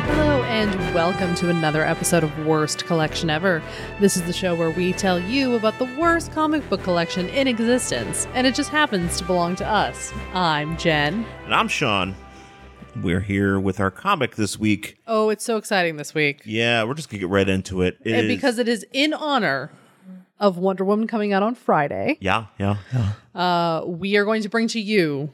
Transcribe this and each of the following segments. And welcome to another episode of Worst Collection Ever. This is the show where we tell you about the worst comic book collection in existence, and it just happens to belong to us. I'm Jen. And I'm Sean. We're here with our comic this week. Oh, it's so exciting this week. Yeah, we're just going to get right into it. It And is- because it is in honor of Wonder Woman coming out on Friday, Yeah, yeah, yeah. uh, we are going to bring to you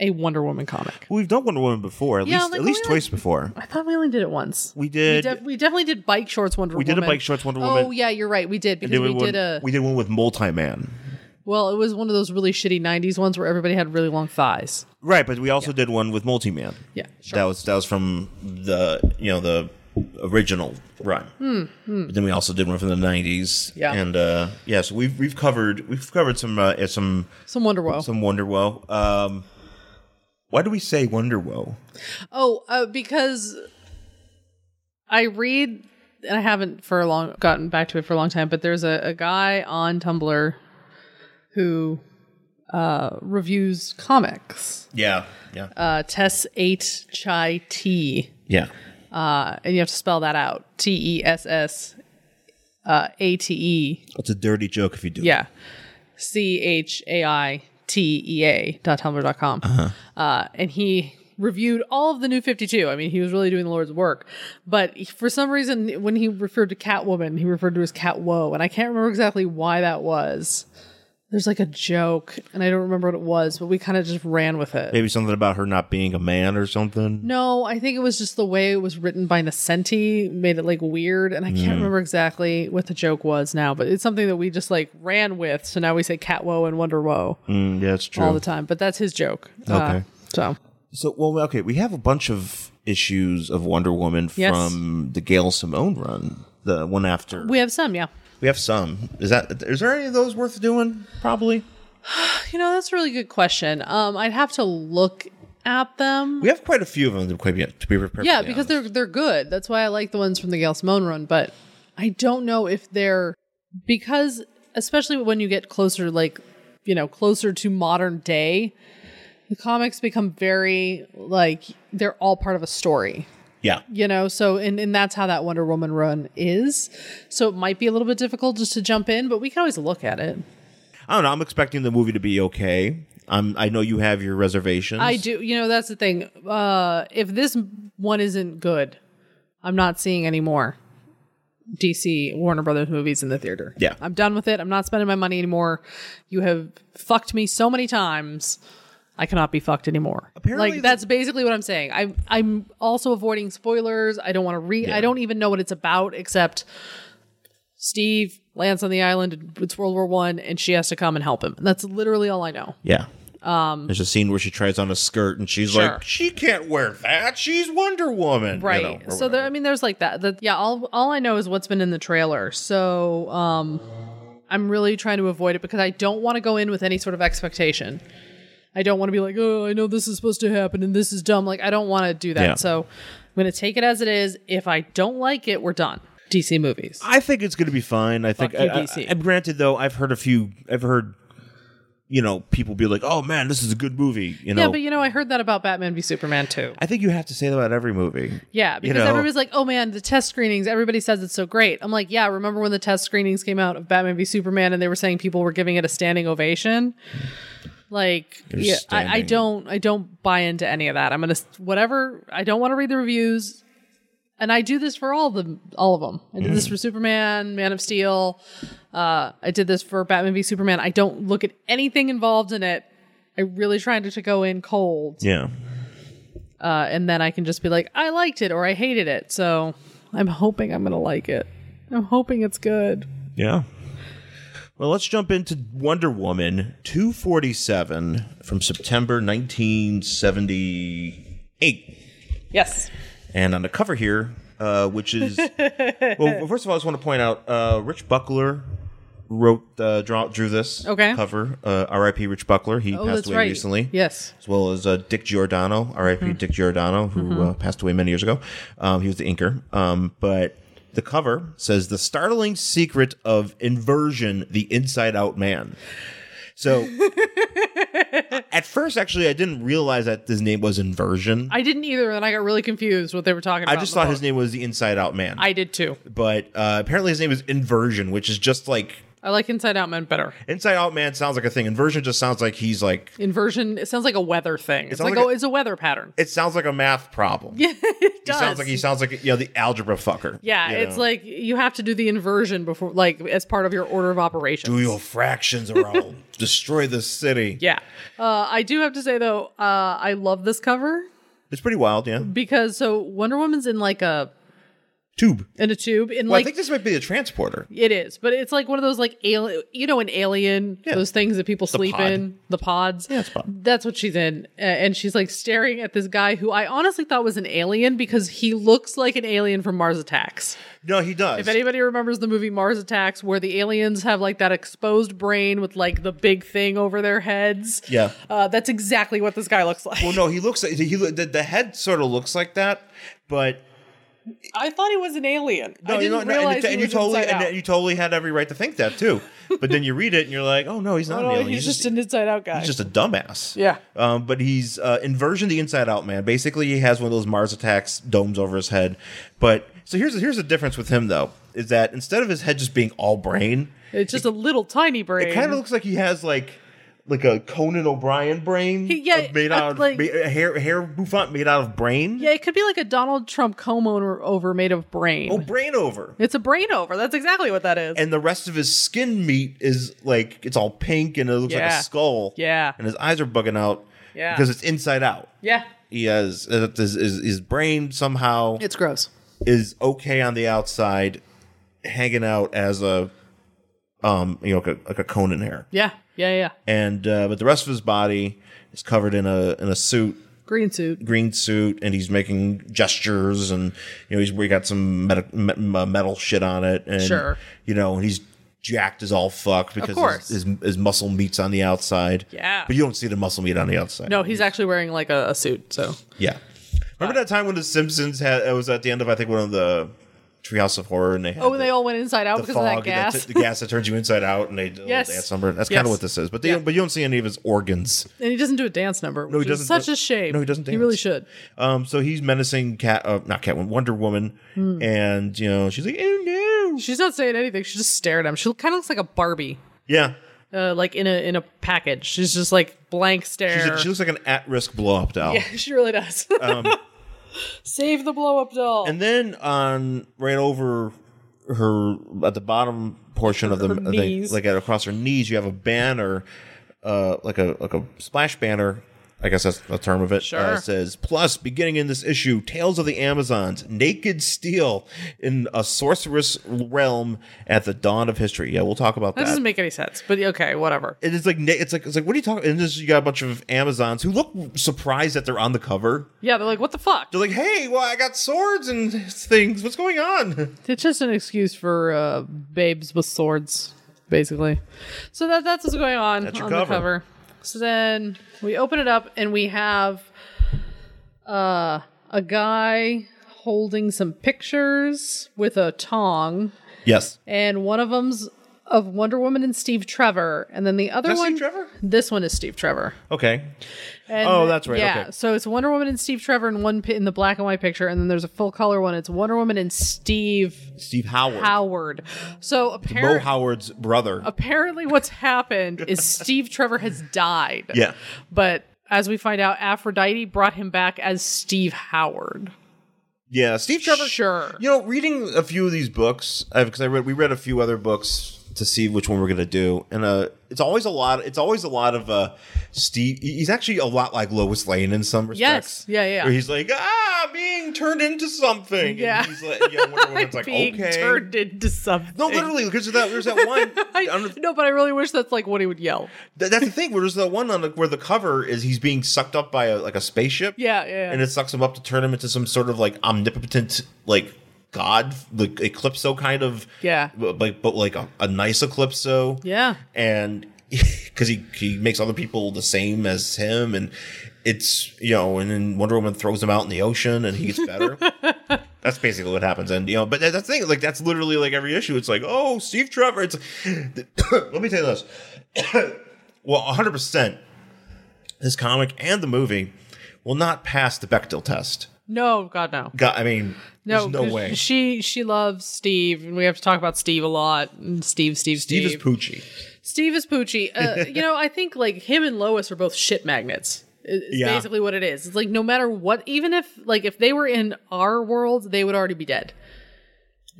a Wonder Woman comic. We've done Wonder Woman before, at Yeah, least like, at least we, like- twice before. I thought we only did it once. We We, did. def- we definitely did bike shorts Wonder We Woman. did a bike shorts Wonder Oh Woman. yeah, you're right. We did And because then we, one, did a we did one with Multi Man. well, it was one of those really shitty '90s ones where everybody had really long thighs. Right, but we also did one with Multi Man. Yeah, sure. That was that was from the you know the original run. But then we also did one from the '90s. Hmm, Yeah. and uh, yeah, so we've we've covered we've covered some uh, some Some Wonder Woman. some Wonder Woe. Um, why do we say Wonder Woe? Oh, uh, because I read, and I haven't for a long gotten back to it for a long time, but there's a, a guy on Tumblr who uh, reviews comics. Yeah, yeah, Uh, Tess Eight Chai T, yeah. uh, and you have to spell that out: T E S S uh, A T E. It's a dirty joke if you do. Yeah. C H A I T E A dot tumblr dot com. Uh, and he reviewed all of the new 52. I mean, he was really doing the Lord's work. But he- for some reason, when he referred to Catwoman, he referred to her as Cat Woe. And I can't remember exactly why that was. There's like a joke, and I don't remember what it was, but we kind of just ran with it. Maybe something about her not being a man or something. No, I think it was just the way it was written by Nascenti made it like weird, and I Hmm. can't remember exactly what the joke was now, but it's something that we just like ran with. So now we say Cat Woe and Wonder Woe Mm, yeah, it's true. Mm-hmm. all the time, but that's his joke. Uh, Okay. so so, well, okay, we have a bunch of issues of Wonder Woman Yes. from the Gail Simone run, the one after. we have some, yeah. We have some. Is that is there any of those worth doing? Probably. You know, that's a really good question. Um, I'd have to look at them. We have quite a few of them to be to be prepared. yeah, because they're they're good. That's why I like the ones from the Gail Simone run, but I don't know if they're because especially when you get closer like you know, closer to modern day, the comics become very like they're all part of a story. yeah. You know, so and, and that's how that Wonder Woman run is. So it might be a little bit difficult just to jump in, but we can always look at it. I don't know. I'm expecting the movie to be okay. I'm. I know you have your reservations. I do. You know, that's the thing. Uh, if this one isn't good, I'm not seeing any more DC Warner Brothers movies in the theater. Yeah. I'm done with it. I'm not spending my money anymore. You have fucked me so many times. I cannot be fucked anymore. Apparently like the- that's basically what I'm saying. I'm I'm also avoiding spoilers. I don't want to read. I don't even know what it's about except Steve lands on the island. It's World War One, and she has to come and help him. That's literally all I know. Yeah. Um, There's a scene where she tries on a skirt and she's Sure. like, "She can't wear that. She's Wonder Woman." you right know, or so there i mean there's like that that yeah all all i know is what's been in the trailer so um i'm really trying to avoid it because i don't want to go in with any sort of expectation i don't want to be like oh i know this is supposed to happen and this is dumb like i don't want to do that Yeah. so i'm going to take it as it is if i don't like it we're done dc movies I think it's going to be fine. I think. Fuck you, I, I- DC. I- granted, though, I've heard a few. I've heard, you know, people be like, "Oh man, this is a good movie." You know, yeah but you know i heard that about batman v superman too I think you have to say that about every movie. Yeah, because know? everybody's like, "Oh man, the test screenings!" Everybody says it's so great. I'm like, "Yeah, remember when the test screenings came out of Batman v Superman and they were saying people were giving it a standing ovation?" Like, You're yeah, I, I standing. don't, I don't buy into any of that. I'm gonna whatever. I don't want to read the reviews, and I do this for all the all of them. I did Mm-hmm. this for Superman, Man of Steel. Uh, I did this for Batman v Superman. I don't look at anything involved in it. I really try to, to go in cold Yeah. uh, and then I can just be like, I liked it or I hated it. So I'm hoping I'm gonna like it. I'm hoping it's good. Yeah. Well, let's jump into Wonder Woman 247 from September 1978. Yes. And on the cover here, uh, which is well, first of all, I just want to point out uh, Rich Buckler wrote uh, draw, drew this Okay. cover. Uh, R.I.P. Rich Buckler. He Oh, passed that's away right. Hmm. recently. Yes. As well as uh, Dick Giordano, R.I.P. Dick Giordano, who Mm-hmm. uh, passed away many years ago. Um, he was the inker. Um, but the cover says "The Startling Secret of Inversion: The Inside Out Man." So At first, actually, I didn't realize that his name was Inversion. I didn't either, and I got really confused what they were talking I about. just in the thought his book. name was the Inside Out Man. I did too. but uh, apparently his name is Inversion, which is just like I like Inside Out Man better. Inside Out Man sounds like a thing. Inversion just sounds like he's like Inversion. It sounds like a weather thing. It's sounds like, like oh, a- it's a weather pattern. it sounds like a math problem. Yeah, It he does. sounds like he sounds like you know the algebra fucker. yeah, you it's know? like you have to do the inversion before, like as part of your order of operations. do your fractions or I'll destroy the city. yeah, uh, I do have to say though, uh, I love this cover It's pretty wild. Yeah, because so Wonder Woman's in like a tube. in a tube in Well, I like think this might be the transporter. It is, but it's like one of those like alien, you know, an alien, those things that people sleep pod. in, the pods. Yeah, it's a pod. That's what she's in, a- and she's like staring at this guy who I honestly thought was an alien because he looks like an alien from Mars Attacks. No, he does. If anybody remembers the movie Mars Attacks, where the aliens have like that exposed brain with like the big thing over their heads, Yeah. uh, that's exactly what this guy looks like. well, no, he looks like he look- the, the head sort of looks like that, but I thought he was an alien. no, I you didn't know, no, realize and, you- he and you was totally inside and out. you totally had every right to think that too. But then you read it and you're like, oh no, he's not. an No, alien. he's, just, an inside-out guy. He's just a dumbass. Yeah. Um, but he's uh, inversion the inside out man. Basically, he has one of those Mars attacks domes over his head. But so here's here's the difference with him though is that instead of his head just being all brain, it's just a little tiny brain. it kind of looks like he has like like a Conan O'Brien brain, He- yeah, uh, made out of like- ma- a hair hair bouffant made out of brain. Yeah, it could be like a Donald Trump comb over, over made of brain. Oh, brain over. It's a brain over. That's exactly what that is. And the rest of his skin meat is like it's all pink and it looks like Yeah. a skull. Yeah. And his eyes are bugging out. Yeah. Because it's inside out. yeah. he has uh, his, his, his brain somehow It's gross. is okay on the outside, hanging out as a um you know like a, like a Conan hair, Yeah. Yeah, yeah. and uh, but the rest of his body is covered in a in a suit, Green suit. green suit, and he's making gestures, and you know he's we got some meta, me, uh, metal shit on it, and Sure. you know and he's. Jacked as all fuck because course. his, his his muscle meat's on the outside. Yeah. but you don't see the muscle meat on the outside. No, he's actually wearing like a, a suit, so. Yeah. Remember that time when The Simpsons had it was at the end of I think one of the Treehouse of Horror and they had Oh, and the, they all went inside out the because of fog that gas. the gas that turns you inside out and they do Yes. yes. dance number. That's kind Yes. of what this is, but they, Yeah. but you don't see any of his organs. and he doesn't do a dance number. Which no, he he doesn't. doesn't Is such do- a shame. No, he doesn't He really dance. should. Um, so he's menacing cat, uh, not Catwoman, Wonder Woman, Hmm. and you know she's like, oh no, She's not saying anything. She just stared at him. She kind of looks like a Barbie, yeah. uh, like in a in a package. She's just like blank stare. She's a, she looks like an at-risk blow-up doll. yeah, she really does. Save the blow up doll. Um, And then on right over her at the bottom portion of the Her of the- knees. like at, across her knees, you have a banner, uh, like a like a splash banner. I guess that's the term of it. Sure. Uh, it says plus beginning in this issue, Tales of the Amazons, naked steel in a sorceress realm at the dawn of history. Yeah, we'll talk about that that. doesn't make any sense, but okay, whatever. and it's like na- it's like it's like what are you talking? And this you got a bunch of Amazons who look surprised that they're on the cover. Yeah, they're like, what the fuck? They're like, hey, well, I got swords and things. What's going on? It's just an excuse for uh, babes with swords, basically. So that that's what's going on That's your on the cover. cover. So then we open it up and we have uh, a guy holding some pictures with a tong, Yes. and one of them's of Wonder Woman and Steve Trevor, and then the other Is that one. Steve Trevor? This one is Steve Trevor. Okay. And Oh, that's right, Yeah. okay. So it's Wonder Woman and Steve Trevor in one pi- in the black and white picture, and then there's a full color one. It's Wonder Woman and Steve Steve Howard. Howard. So Bo apparently, Howard's brother. apparently, what's happened is Steve Trevor has died. yeah. But as we find out, Aphrodite brought him back as Steve Howard. Yeah. Steve Trevor. Sure. You know, reading a few of these books, because I read, we read a few other books to see which one we're gonna do, and uh, it's always a lot. It's always a lot of uh, Steve. he- He's actually a lot like Lois Lane in some respects. Yeah, yeah. Where he's like, ah, being turned into something. And Yeah. he's like, yeah, Wonder Woman's like, Being okay. turned into something. no, literally, because that there's that one. I, I don't- no, but I really wish that's like what he would yell. Th- that's the thing. Where there's the one on the, where the cover is he's being sucked up by a, like a spaceship. Yeah, yeah. And it sucks him up to turn him into some sort of like omnipotent like god, like Eclipso kind of. Yeah. But but, but like a, a nice Eclipso. Yeah. And because he he makes other people the same as him, and it's you know, and then Wonder Woman throws him out in the ocean, and he gets better. That's basically what happens, and you know, but that- that's the thing. Like that's literally like every issue. It's like, oh, Steve Trevor. It's let me tell you this. well, hundred percent. this comic and the movie will not pass the Bechdel test. No, God, no. God, I mean, No, there's no 'cause way. She she loves Steve, and we have to talk about Steve a lot. And Steve, Steve, Steve. Steve is Poochie. Steve is Poochie. Uh, you know, I think like him and Lois are both shit magnets. Is is Yeah. basically what it is. It's like no matter what, even if like if they were in our world, they would already be dead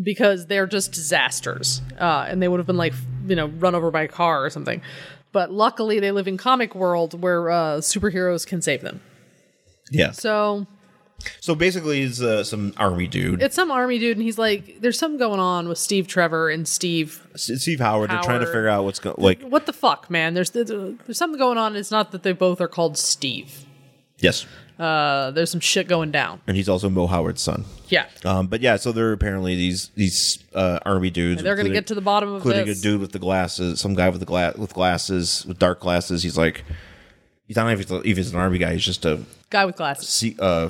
because they're just disasters, uh, and they would have been like you know run over by a car or something. But luckily, they live in comic world where uh, superheroes can save them. Yeah. So So basically, he's uh, some army dude. it's some army dude, and he's like, "There's something going on with Steve Trevor and Steve S- Steve Howard. They're trying to Howard. figure out what's going. Like, what the fuck, man? There's there's, there's something going on. It's not that they both are called Steve. yes, Uh, there's some shit going down. and he's also Mo Howard's son. Yeah, Um, but yeah, so they're apparently these these uh, army dudes. they're gonna including- get to the bottom of including this. a dude with the glasses, some guy with the gla- with glasses, with dark glasses. He's like, he's not even if he's an army guy. He's just a Guy with glasses. C- uh,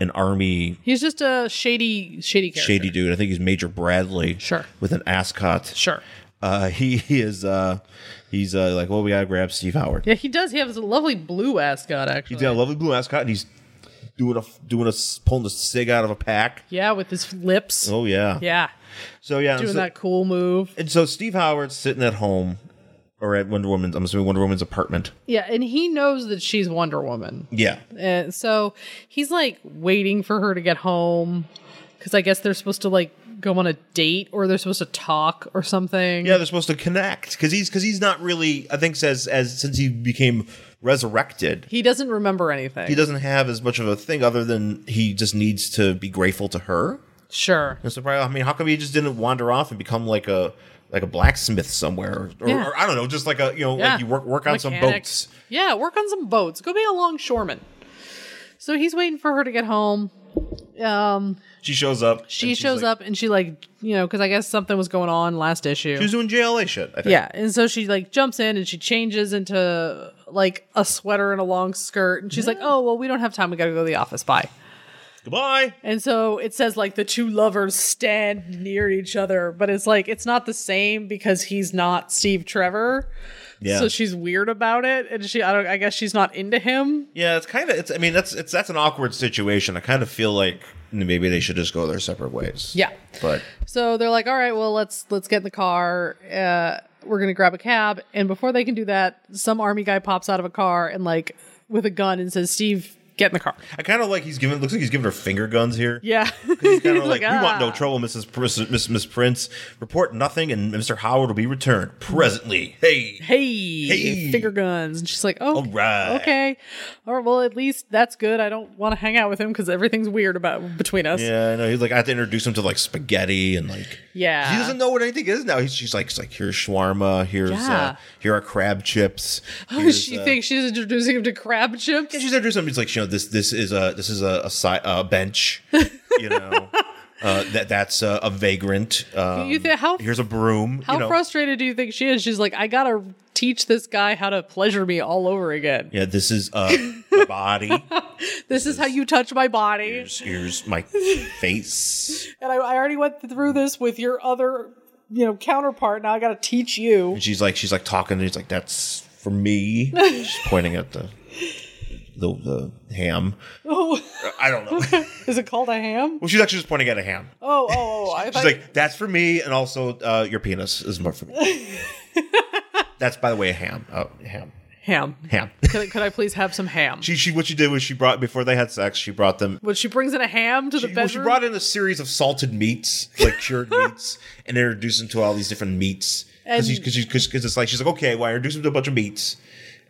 an army He's just a shady, shady character. shady dude. I think he's Major Bradley. Sure. With an ascot. Sure. Uh, he, he is uh, he's uh, like, well, we gotta grab Steve Howard. Yeah, he does. He has a lovely blue ascot, actually. He's got a lovely blue ascot, and he's doing a doing a s- pulling a cig out of a pack. Yeah, with his lips. Oh yeah. Yeah, So yeah, doing so- that cool move. And so Steve Howard's sitting at home or at Wonder Woman's, I'm assuming Wonder Woman's apartment. Yeah, and he knows that she's Wonder Woman, Yeah. and so he's like waiting for her to get home, because I guess they're supposed to like go on a date or they're supposed to talk or something. Yeah, they're supposed to connect because he's because he's not really. I think says as since he became resurrected, He doesn't remember anything. he doesn't have as much of a thing other than he just needs to be grateful to her. Sure. And so probably, I mean, how come he just didn't wander off and become like a like a blacksmith somewhere, or, Yeah. or I don't know, just like a you know, like you work work on some Mechanic. boats. Yeah, work on some boats. Go be a longshoreman. So he's waiting for her to get home. Um, She shows up. she shows up and she like you know because I guess something was going on last issue. She was doing JLA shit. I think. yeah, and so she like jumps in and she changes into like a sweater and a long skirt, and she's like, "Oh well, we don't have time. We got to go to the office. Bye." Goodbye. And so it says like the two lovers stand near each other, but it's like it's not the same because he's not Steve Trevor. Yeah. So she's weird about it, and she I don't I guess she's not into him. Yeah, it's kind of. It's. I mean, that's. It's. That's an awkward situation. I kind of feel like maybe they should just go their separate ways. Yeah. But So they're like, all right, well let's let's get in the car. Uh, we're gonna grab a cab, and before they can do that, some army guy pops out of a car and like with a gun and says, "Steve, get in the car." I kind of like he's giving. Looks like he's giving her finger guns here. Yeah. He's kind of like, we want "Ah." no trouble, Mrs. Pr- Miss, Miss, Miss Prince. Report nothing, and Mr. Howard will be returned presently. Hey, Hey, Hey. finger guns, and she's like, "Oh, All right. okay, or well, at least that's good. I don't want to hang out with him because everything's weird about between us." Yeah, I know. He's like, I have to introduce him to like spaghetti and like. Yeah. He doesn't know what anything is now. He's, she's like, she's like here's shawarma. Here's Yeah. Oh, uh, here are crab chips. here's, she uh, thinks she's introducing him to crab chips. Yeah, she's introduced him. He's like, you know, this this is a this is a, a, si- a bench, you know. Uh, that that's a, a vagrant. Um, You thi- how- here's a broom. How you know. frustrated do you think she is? She's like, I gotta teach this guy how to pleasure me all over again. Yeah, this is uh, my body. this is how you touch my body. Here's, here's my face. And I, I already went through this with your other, you know, counterpart. Now I gotta teach you. And she's like, she's like talking. And he's like, that's for me. She's pointing at the the, the ham. Oh, I don't know. is it called a ham? well, she's actually just pointing at a ham. Oh, oh, oh. I She's thought, like, that's for me, and also uh, your penis is more for me. that's by the way, a ham. Oh, ham, ham. ham. Could I, could I please have some ham? She, she, what she did was she brought before they had sex. She brought them. when she brings in a ham to the Well, she bedroom, brought in a series of salted meats, like cured meats, and introduced them to all these different meats. And- Because because it's like she's like, okay, well, I introduced them to a bunch of meats,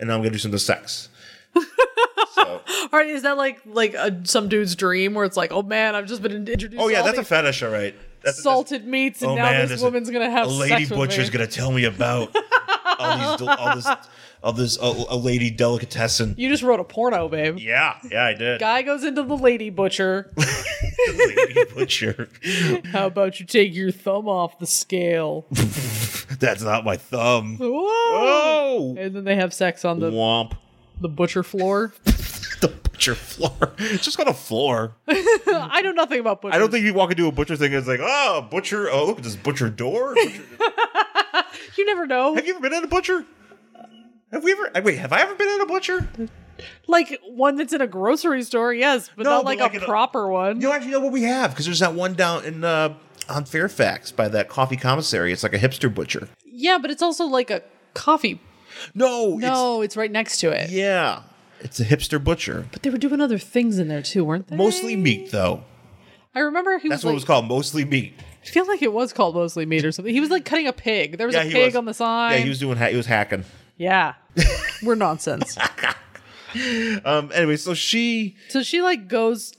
and now I'm gonna do some to sex. so, all right, is that like like a, some dude's dream where it's like, oh man, I've just been in- introduced. oh yeah, to all that's a these fetish, all right. That's, salted meats, and oh, now man, this there's woman's gonna have a lady sex with butcher's me. gonna tell me about all these, all this, all this, a, a lady delicatessen. You just wrote a porno, babe. Yeah, yeah, I did. Guy goes into the lady butcher. lady butcher. How about you take your thumb off the scale? That's not my thumb. Whoa! Oh, And then they have sex on the, womp. the butcher floor. the butcher floor. It's just got a floor. I know nothing about butchers. I don't think you walk into a butcher thing and it's like, oh, butcher. Oh, look at this butcher door. Butcher- you never know. Have you ever been at a butcher? Have we ever? Wait, have I ever been at a butcher? Like one that's in a grocery store, yes, but No, not but like, like a in a- proper one. You don't actually know what we have because there's that one down in uh, on Fairfax by that coffee commissary. It's like a hipster butcher. Yeah, but it's also like a coffee. No, No, it's right next to it. it's yeah, it's a hipster butcher. But they were doing other things in there too, weren't they? Mostly meat though. I remember he That's was. what it Like, was called. Mostly meat. I feel like it was called mostly meat or something. He was like cutting a pig. There was a he pig was. on the side. Yeah, he was doing. Ha- he was hacking. Yeah. We're nonsense. Um. Anyway, so she. so she like goes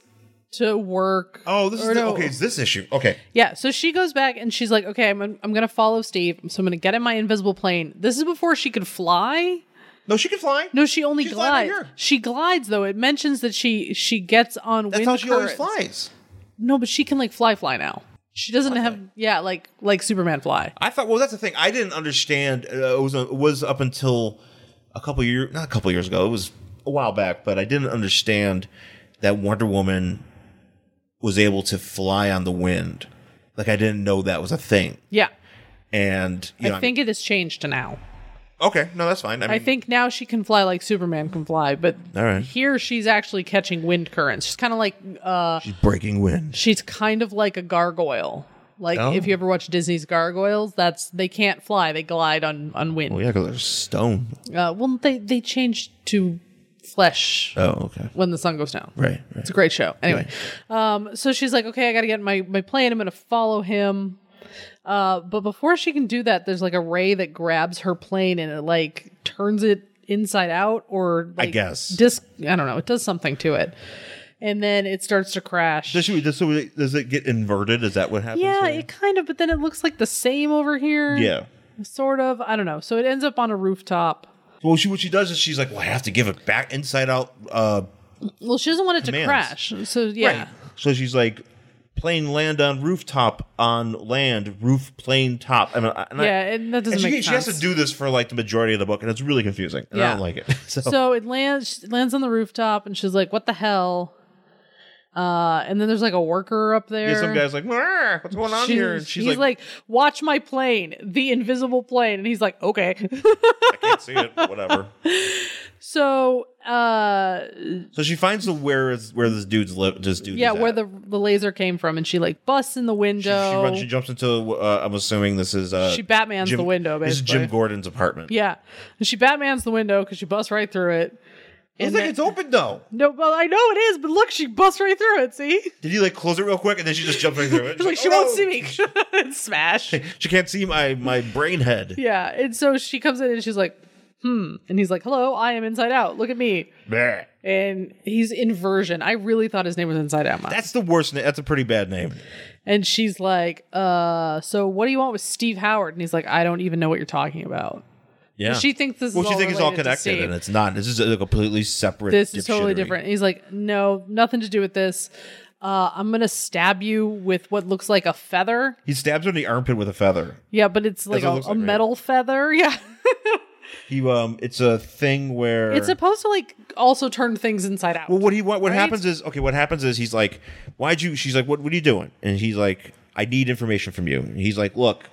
to work. Oh, this is or the, no. okay. It's this issue. Okay. Yeah. So she goes back and she's like, okay, I'm, I'm going to follow Steve. So I'm going to get in my invisible plane. This is before she could fly. No, she can fly. No, she only She's flying glides. right here. She glides though. It mentions that she she gets on That's wind how she currents. always flies. No, but she can like fly fly now. She doesn't have yeah, like like Superman fly. I thought. Well, that's the thing. I didn't understand. Uh, it was it was up until a couple years, not a couple years ago. It was a while back, but I didn't understand that Wonder Woman was able to fly on the wind. Like I didn't know that was a thing. Yeah. And you know, I think it has changed to now. okay, no, that's fine. I, mean, I think now she can fly like Superman can fly, but All right. here she's actually catching wind currents. She's kind of like uh she's breaking wind. she's kind of like a gargoyle. Like Oh. if you ever watch Disney's Gargoyles, that's they can't fly; they glide on on wind. Well, Oh, yeah, because there's stone. Uh, well, they they changed to flesh Oh, okay. when the sun goes down. Right. right. It's a great show. Anyway, um, so she's like, okay, I got to get in my my plane. I'm going to follow him. Uh, but before she can do that, there's like a ray that grabs her plane and it like turns it inside out or like, guess. disc. I don't know. It does something to it, and then it starts to crash. Does, she, does, so does it get inverted? Is that what happens? yeah, here? it kind of. But then it looks like the same over here. yeah. sort of. I don't know. So it ends up on a rooftop. Well, she what she does is she's like, well, I have to give it back inside out. Uh, Well, she doesn't want it Commands. to crash. So yeah. Right. So she's like, plane land on rooftop on land roof plane top. I mean, I- and I- Yeah, and that doesn't and she, make she sense. has to do this for like the majority of the book, and it's really confusing. And Yeah. I don't like it. So, so it lands she lands on the rooftop and she's like what the hell uh and then there's like a worker up there yeah, some guy's like, "Meh, what's going on She's- here? And she's he's like, like, watch my plane, the invisible plane. And he's like, okay. I can't see it, but whatever. so, uh, So she finds the where is where this dude's lip, this dude. yeah, is where at. the, the laser came from. And she like busts in the she, she, window. runs, she jumps into. Uh, I'm assuming this is uh, She Batmans the window, This is Jim basically. Gordon's apartment. yeah. And she Batmans the window because she busts right through it. it's And like then- it's open though. no, well, I know it is, but look, she busts right through it. See? Did you like close it real quick and then she just jumps right through it? She's like, she "Oh, won't no." see me. Smash. She can't see my my brain head. Yeah. And so she comes in and she's like, hmm. And he's like, hello, I am inside out. Look at me. Bleh. And he's inversion. I really thought his name was Inside Out. That's the worst. Na- that's a pretty bad name. and she's like, uh, so what do you want with Steve Howard? And he's like, I don't even know what you're talking about. Yeah. She thinks this well, is she all thinks it's all related to connected, Steve. and it's not. This is a completely separate. this is totally dipshittery. different. And he's like, no, nothing to do with this. Uh, I'm going to stab you with what looks like a feather. He stabs her in the armpit with a feather. Yeah, but it's like what a, it looks a like, right? metal feather. Yeah. He um, it's a thing where it's supposed to like also turn things inside out. Well, what he what, what Right? happens is okay. What happens is he's like, "Why'd you?" She's like, "What what are you doing?" And he's like, "I need information from you." And he's like, "Look,"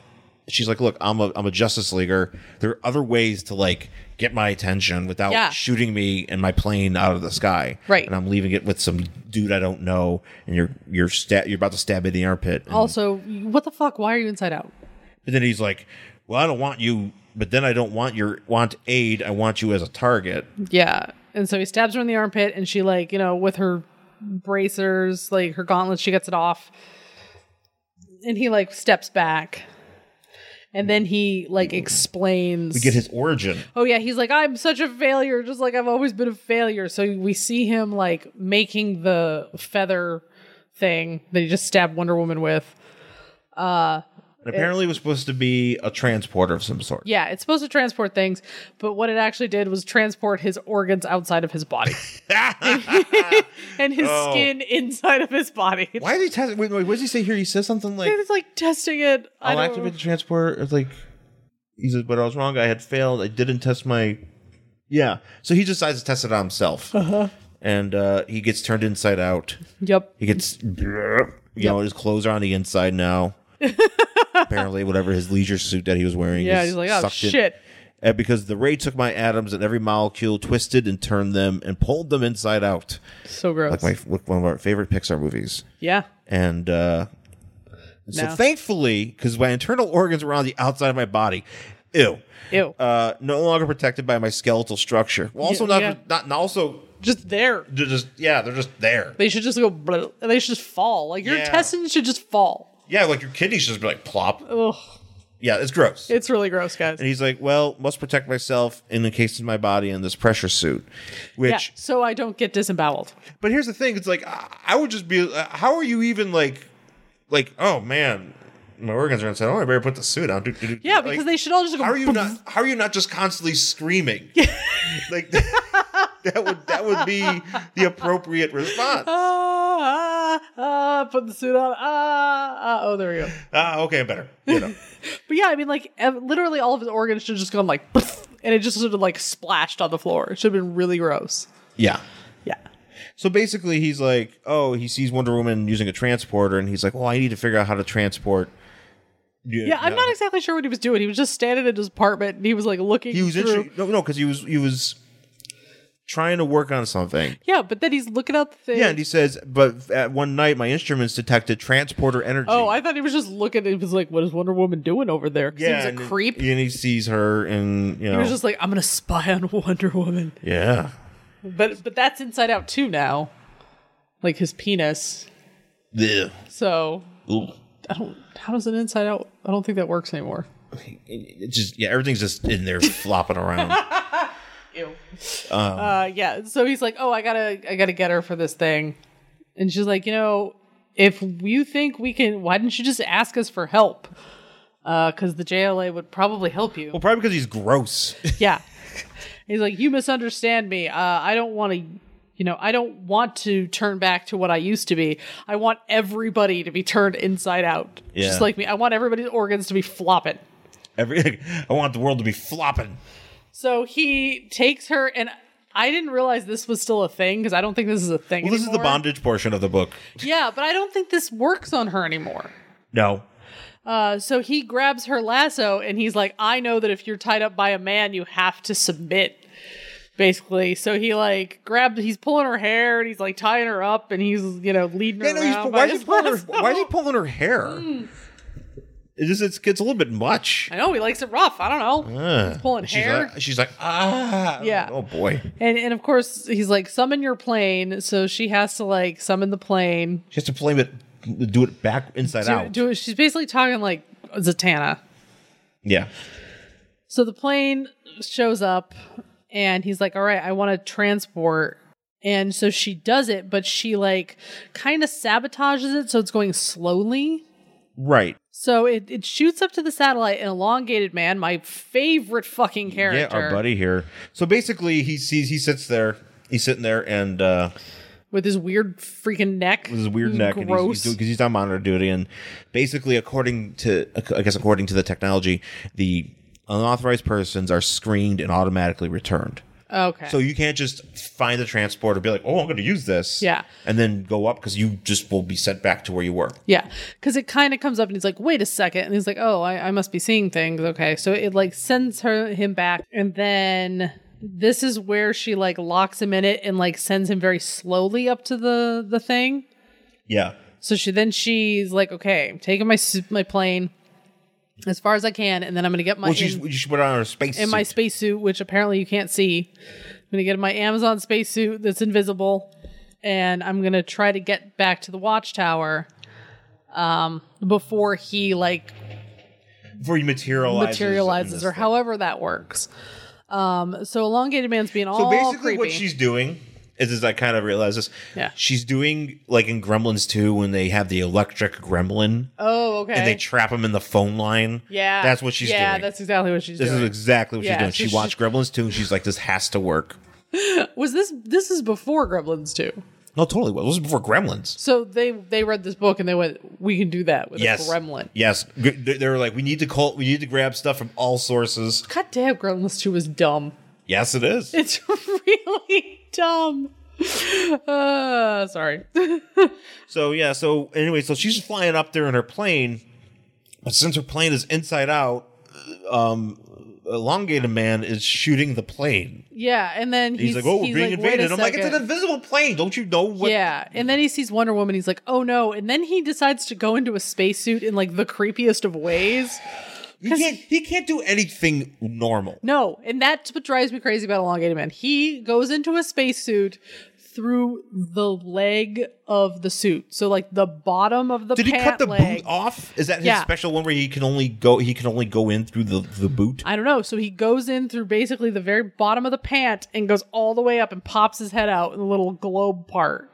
she's like, "Look, I'm a I'm a Justice Leaguer. There are other ways to like get my attention without Yeah. shooting me and my plane out of the sky. Right. And I'm leaving it with some dude I don't know, and you're you're sta- you're about to stab me in the armpit. And, also, what the fuck? Why are you inside out? but then he's like, "Well, I don't want you." But then I don't want your want aid. I want you as a target. Yeah. And so he stabs her in the armpit and she like, you know, with her bracers, like her gauntlets, she gets it off. And he like steps back. And then he like explains We get his origin. Oh yeah, he's like I'm such a failure, just like I've always been a failure. So we see him like making the feather thing that he just stabbed Wonder Woman with. And apparently, it was supposed to be a transporter of some sort. Yeah, it's supposed to transport things, but what it actually did was transport his organs outside of his body and his Oh. skin inside of his body. Why did he test? Wait, wait, what does he say here? He says something like, Maybe it's like testing it. I "I'll don't activate the transport." It's like he says, "But I was wrong. I had failed. I didn't test my." Yeah, so he decides to test it on himself, Uh-huh. and uh, he gets turned inside out. Yep. He gets, you know, his clothes are on the inside now. Apparently, whatever his leisure suit that he was wearing, Yeah, is he's like, oh sucked in- shit. And because the ray took my atoms and every molecule, twisted and turned them, and pulled them inside out, So gross. like my like one of our favorite Pixar movies. yeah. And uh, so No. thankfully, because my internal organs were on the outside of my body, ew, Ew. uh, no longer protected by my skeletal structure. Well, also Yeah, not, yeah. not, not also just there. they're just yeah, they're just there. They should just go. bleh. They should just fall. Like your Yeah. intestines should just fall. Yeah, like your kidneys just be like plop. Ugh. Yeah, it's gross. It's really gross, guys. and he's like, "Well, must protect myself in the case of my body in this pressure suit." Yeah. Which, So I don't get disemboweled. but here's the thing: it's like I, I would just be, uh, how are you even like, like, oh man, my organs are inside. Oh, I better put the suit on. Do- do- do- Yeah, like, because they should all just go. How are you not? How are you not just constantly screaming? like that would that would be the appropriate response. Ah, ah, ah, put the suit on. Ah, ah. Oh, there we go. Ah, okay, better. You know. But yeah, I mean, like ev- literally all of his organs should have just gone like, and it just sort of like splashed on the floor. It should have been really gross. Yeah. Yeah. So basically, he's like, oh, he sees Wonder Woman using a transporter, and he's like, well, I need to figure out how to transport. Yeah, I'm not exactly sure what he was doing. He was just standing in his apartment and he was like looking. He was through. inter- no, no, because he was he was trying to work on something. Yeah, but then he's looking out the thing. Yeah, and he says, but at one night, my instruments detected transporter energy. oh, I thought he was just looking. He was like, "What is Wonder Woman doing over there?" 'Cause yeah, he and was a then- creep. And he sees her, and you know, He was just like, "I'm gonna spy on Wonder Woman." yeah, But but that's Inside Out too now, like his penis. Ugh. So Ooh. I don't. How does an Inside Out? I don't think that works anymore. It just yeah, everything's just in there flopping around. Ew. uh, yeah. So he's like, "Oh, I gotta, I gotta get her for this thing," and she's like, "You know, if you think we can, why didn't you just ask us for help? Because the JLA would probably help you." Well, probably because he's gross. yeah. He's like, "You misunderstand me. Uh, I don't want to." You know, I don't want to turn back to what I used to be. I want everybody to be turned inside out, Yeah. just like me. I want everybody's organs to be flopping. Every I want the world to be flopping. So he takes her, and I didn't realize this was still a thing because I don't think this is a thing. Well, this is the anymore. bondage portion of the book. Yeah, but I don't think this works on her anymore. No. Uh, so he grabs her lasso and he's like, I know that if you're tied up by a man, you have to submit. Basically, so he like grabbed. He's pulling her hair and he's like tying her up and he's you know leading her Yeah, no, he's, around. why, by is he his pulling her, lasso. why is he pulling her hair? Hmm. It just it's, it's a little bit much. I know he likes it rough. I don't know. Ugh. pulling Ah, she's Uh, hair. Like, she's like, ah. Yeah. Oh, boy. and and of course he's like summon your plane. So she has to like summon the plane. She has to blame it, do it back inside Do- out. do- she's basically talking like Zatanna. yeah. So the plane shows up and he's like, All right, I want to transport. And so she does it, but she like kind of sabotages it so it's going slowly. Right. So it, it shoots up to the satellite, an elongated man, my favorite fucking Yeah, character, our buddy here. So basically, he sees, he sits there. He's sitting there and uh, with his weird freaking neck. with his weird neck, and he's- he's Gross. because he's, on monitor duty. And basically, according to, I guess, according to the technology, the unauthorized persons are screened and automatically returned. okay. So you can't just find the transporter, be like, oh, I'm going to use this. Yeah. And then go up because you just will be sent back to where you were. Yeah, because it kind of comes up and he's like, wait a second. And he's like, oh, I, I must be seeing things. Okay. So it like sends her him back. And then this is where she like locks him in it and like sends him very slowly up to the the thing. Yeah. So she then she's like, okay, I'm taking my s- my plane as far as I can, and then I'm gonna get my Well, she's, in, she should put on her space. in my suit. spacesuit, which apparently you can't see. I'm gonna get in my Amazon spacesuit that's invisible, and I'm gonna try to get back to the watchtower um, before he like before you materialize. materializes or however that works. Um, so elongated man's being all So basically, creepy. what she's doing is, is I kind of realize this. Yeah. She's doing like in Gremlins 2 when they have the electric gremlin oh, okay. and they trap him in the phone line. yeah, That's what she's yeah, doing. that's exactly what she's this doing. is exactly what Yeah, she's doing. so she she's watched Gremlins 2 and she's like, this has to work. was this this is before Gremlins too? No, totally. Well, this was before Gremlins. So they they read this book and they went, we can do that with yes. a Gremlin. Yes, G- they they were like, we need to call, we need to grab stuff from all sources. God damn, Gremlins two is dumb. Yes, it is. It's really dumb. Uh, sorry. so yeah, so anyway, so she's flying up there in her plane, but since her plane is inside out, um, elongated man is shooting the plane. Yeah, and then He's, he's, like, "Oh, we're he's being like, "Wait a invaded." I'm like, "It's an second." invisible plane. Don't you know what?" yeah, and then he sees Wonder Woman. He's like, "Oh no!" And then he decides to go into a spacesuit in like the creepiest of ways. He can't. He can't do anything normal. No, and that's what drives me crazy about Elongated Man. He goes into a spacesuit through the leg of the suit, so like the bottom of the Did he pant cut the leg. boot off? Is that his Yeah. special one where he can only go? He can only go in through the the boot. I don't know. So he goes in through basically the very bottom of the pant and goes all the way up and pops his head out in the little globe part.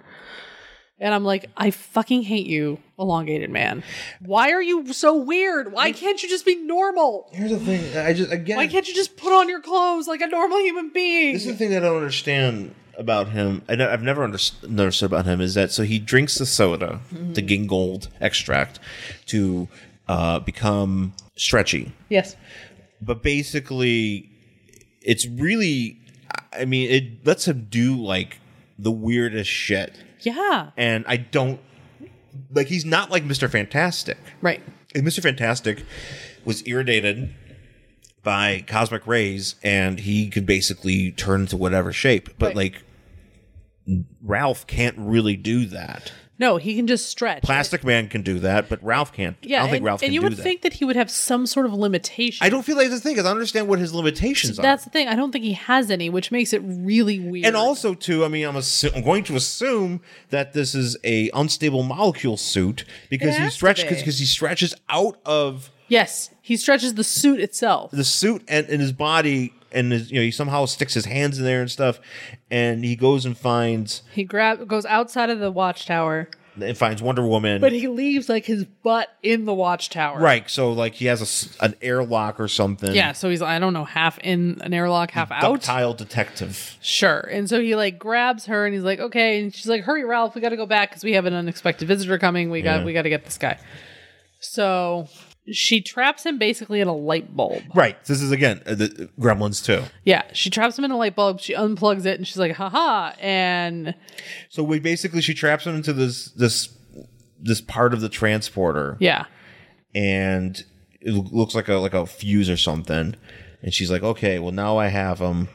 And I'm like, I fucking hate you, elongated man. Why are you so weird? Why can't you just be normal? Here's the thing. I just again. Why can't you just put on your clothes like a normal human being? This is the thing I don't understand about him. I have never underst- understood about him is that so he drinks the soda, the Mm-hmm. gingold extract, to uh, become stretchy. yes. But basically, it's really, I mean, it lets him do like the weirdest shit, Yeah. and I don't like. He's not like Mister Fantastic. Right. And Mr. Fantastic was irritated by cosmic rays and he could basically turn to whatever shape. But Right. like Ralph can't really do that. No, he can just stretch. Plastic Man can do that, but Ralph can't. yeah, I don't think and, Ralph and can you do would that. think that he would have some sort of limitation. I don't feel like the thing is I understand what his limitations That's are. the thing. I don't think he has any, which makes it really weird. And also too, I mean, I'm, assu- I'm going to assume that this is a unstable molecule suit because he has to stretched be. because he stretches out of yes, he stretches the suit itself. the suit and, and his body and his, you know he somehow sticks his hands in there and stuff and he goes and finds He grab goes outside of the watchtower, and finds wonder woman but he leaves like his butt in the watchtower. right so like he has a s an airlock or something Yeah, so he's I don't know, half in an airlock, half out. ductile detective Sure. And so he like grabs her and he's like, "Okay." And she's like, "Hurry, Ralph, we got to go back cuz we have an unexpected visitor coming. We got Yeah. we got to get this guy." So she traps him basically in a light bulb. right this is again uh, the gremlins too Yeah, she traps him in a light bulb. She unplugs it and she's like, haha. And so we basically she traps him into this this this part of the transporter yeah, and it loo- looks like a like a fuse or something. And she's like, "Okay, well now I have him,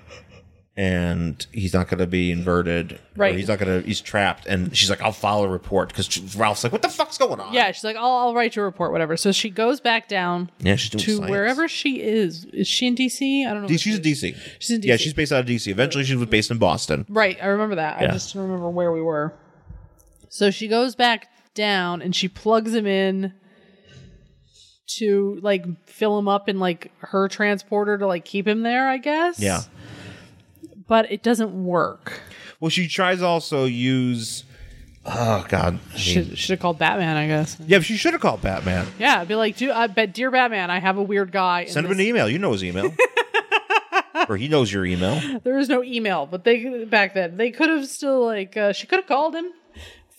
and he's not going to be inverted, or Right. he's not going to. He's trapped." And she's like, "I'll file a report," because Ralph's like, "What the fuck's going on?" yeah, she's like, I'll, I'll write your report, whatever. So she goes back down yeah, she's doing to science. wherever she is. Is she in DC? I don't know. D- She's in DC. She's in Yeah, DC. she's based out of DC. Eventually, she was based in Boston. Right, I remember that. I Yeah. just don't remember where we were. So she goes back down and she plugs him in to like fill him up in like her transporter to like keep him there, I guess. Yeah. But it doesn't work. Well, she tries to also use. Oh God. I mean- Should should have called Batman, I guess. yeah, but she should have called Batman. Yeah, I'd be like, dude, I bet, dear Batman, I have a weird guy. in Send him this- an email. You know his email, or he knows your email. there is no email, but they back then they could have still like uh, she could have called him,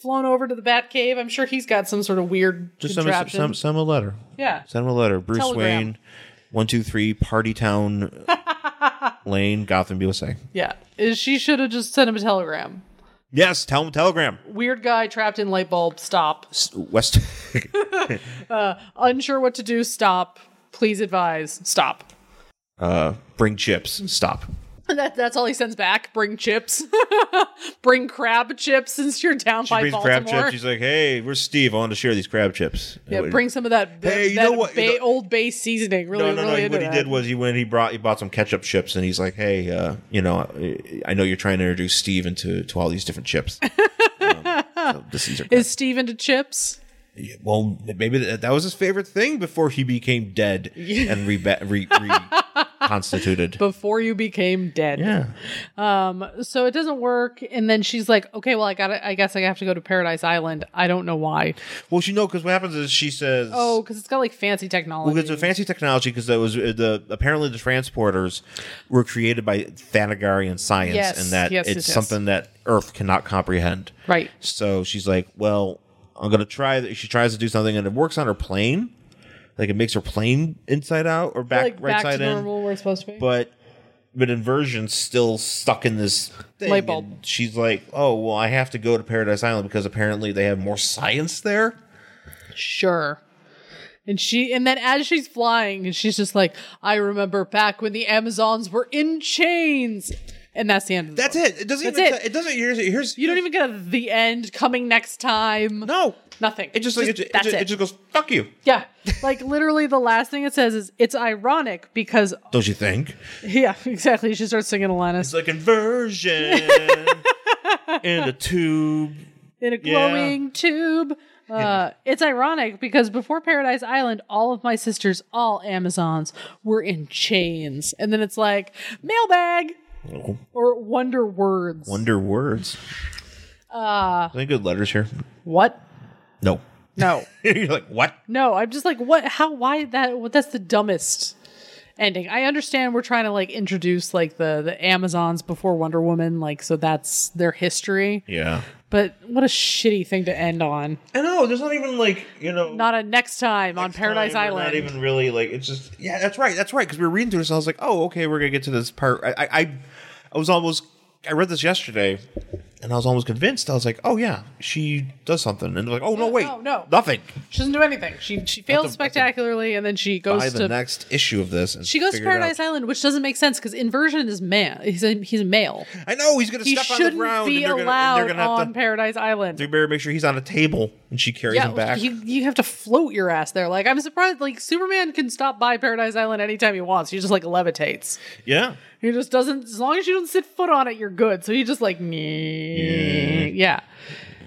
flown over to the Batcave. I'm sure he's got some sort of weird Just send him, contraption. send, send him a letter. yeah, Send him a letter. Bruce Telegram. Wayne, one two three, Party Town Lane, Gotham, USA. yeah. Is- She should have just sent him a telegram. Yes, tell him telegram. Weird guy trapped in light bulb. Stop. S- West. Unsure what to do. Stop. Please advise. Stop. uh, bring chips. Stop. That, that's all he sends back. Bring chips. Bring crab chips since you're down She by brings Baltimore. crab chips. She's like, "Hey, we're Steve. I want to share these crab chips." yeah, And bring some of that. that- Hey, you that know what- you Bay- know- old bay seasoning. Really, No, no, really no. into What he that. did was he went. He brought. He bought some ketchup chips, and he's like, "Hey, uh, you know, I, I know you're trying to introduce Steve into to all these different chips. um, so this- these are crab Is Steve into chips? Yeah, Well, maybe that, that was his favorite thing before he became dead and reba re- reconstituted. Before you became dead. yeah. So it doesn't work. And then she's like, okay, well, I got to I guess I have to go to Paradise Island. I don't know why. Well, she know because what happens is she says, Oh, because it's got like fancy technology. well, it's a fancy technology because that was uh, the apparently the transporters were created by Thanagarian science, Yes, and that yes, it's yes, yes. something that Earth cannot comprehend." right. So she's like, "Well, I'm gonna try." th- She tries to do something, and it works on her plane. Like it makes her plane inside out or back like right back side to in. normal, we're supposed to be. but but inversion's still stuck in this thing. Light bulb. and she's like, oh well, I have to go to Paradise Island because apparently they have more science there. sure. And she, and then as she's flying, and she's just like, "I remember back when the Amazons were in chains," and that's the end. Of the That's book. it. It doesn't That's even. it. It. doesn't. Here's here's. You don't even get a, the end coming next time. No. nothing. It just like it, ju- it, that's ju- it just goes fuck you. yeah, like literally the last thing it says is it's ironic because Don't you think? yeah, exactly. She starts singing Alanis It's like inversion in the tube. in a glowing tube. Uh, It's ironic because before Paradise Island, all of my sisters, all Amazons, were in chains, and then it's like mailbag or wonder words. Wonder words. Uh, Any good letters here? what? No. No, You're like what? no. I'm just like, what? How? Why that? What? That's the dumbest ending. I understand we're trying to like introduce like the the Amazons before Wonder Woman, like so that's their history. Yeah. But what a shitty thing to end on. I know. There's not even like you know. Not a next time on Paradise time, we're Island. Not even really like it's just yeah. That's right. That's right. Because we were reading through this, and I was like, oh, okay, we're gonna get to this part. I, I, I, I was almost. I read this yesterday, and I was almost convinced. I was like, oh yeah, she does something, and like, oh no, wait, no, no. nothing. She doesn't do anything. She she fails That's a- that's a- spectacularly, and then she Buy goes the to next issue of this. And she goes to figure it out. Paradise Island, which doesn't make sense because inversion is man. He's a, he's a male. I know he's gonna He step on the shouldn't ground. be and they're allowed gonna, and they're gonna on have to. Paradise They Island. better make sure he's on a table, and she carries him Yeah, back. you, you have to float your ass there. Like I'm surprised. Like Superman can stop by Paradise Island anytime he wants. He just like levitates. yeah, He just doesn't. As long as you don't sit foot on it, you're good. So he just like yeah. yeah.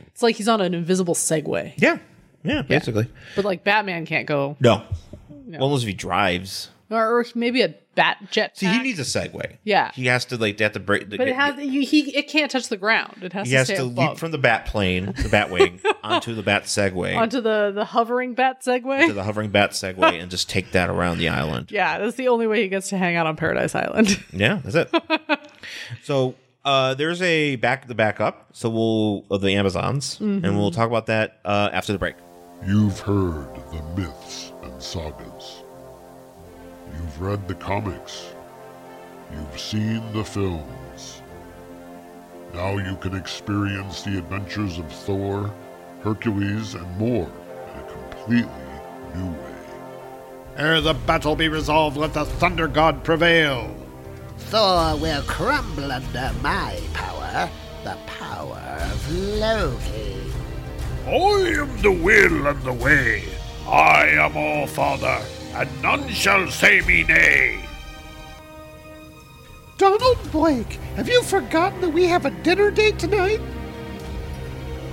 It's like he's on an invisible Segway. yeah, yeah. Basically, But like Batman can't go, no. Well, unless if he drives. or, or maybe a bat jet. See, he needs a segue. Yeah. he has to like they have to break. But it has you, he it can't touch the ground. It has He to has stay to leap above. from the bat plane, the bat wing, onto the bat Segway, onto the the hovering bat to Segway. the hovering bat Segway, and just take that around the island. yeah, that's the only way he gets to hang out on Paradise Island. Yeah, that's it. so uh, there's a back the back up. So we'll of the Amazons, and Mm-hmm. we'll talk about that uh, after the break. You've heard the myths and sagas. You've read the comics. You've seen the films. Now you can experience the adventures of Thor, Hercules, and more in a completely new way. Ere the battle be resolved, let the Thunder God prevail. Thor will crumble under my power, the power of Loki. I am the will and the way. I am all Father, and none shall say me nay. Donald Blake, have you forgotten that we have a dinner date tonight?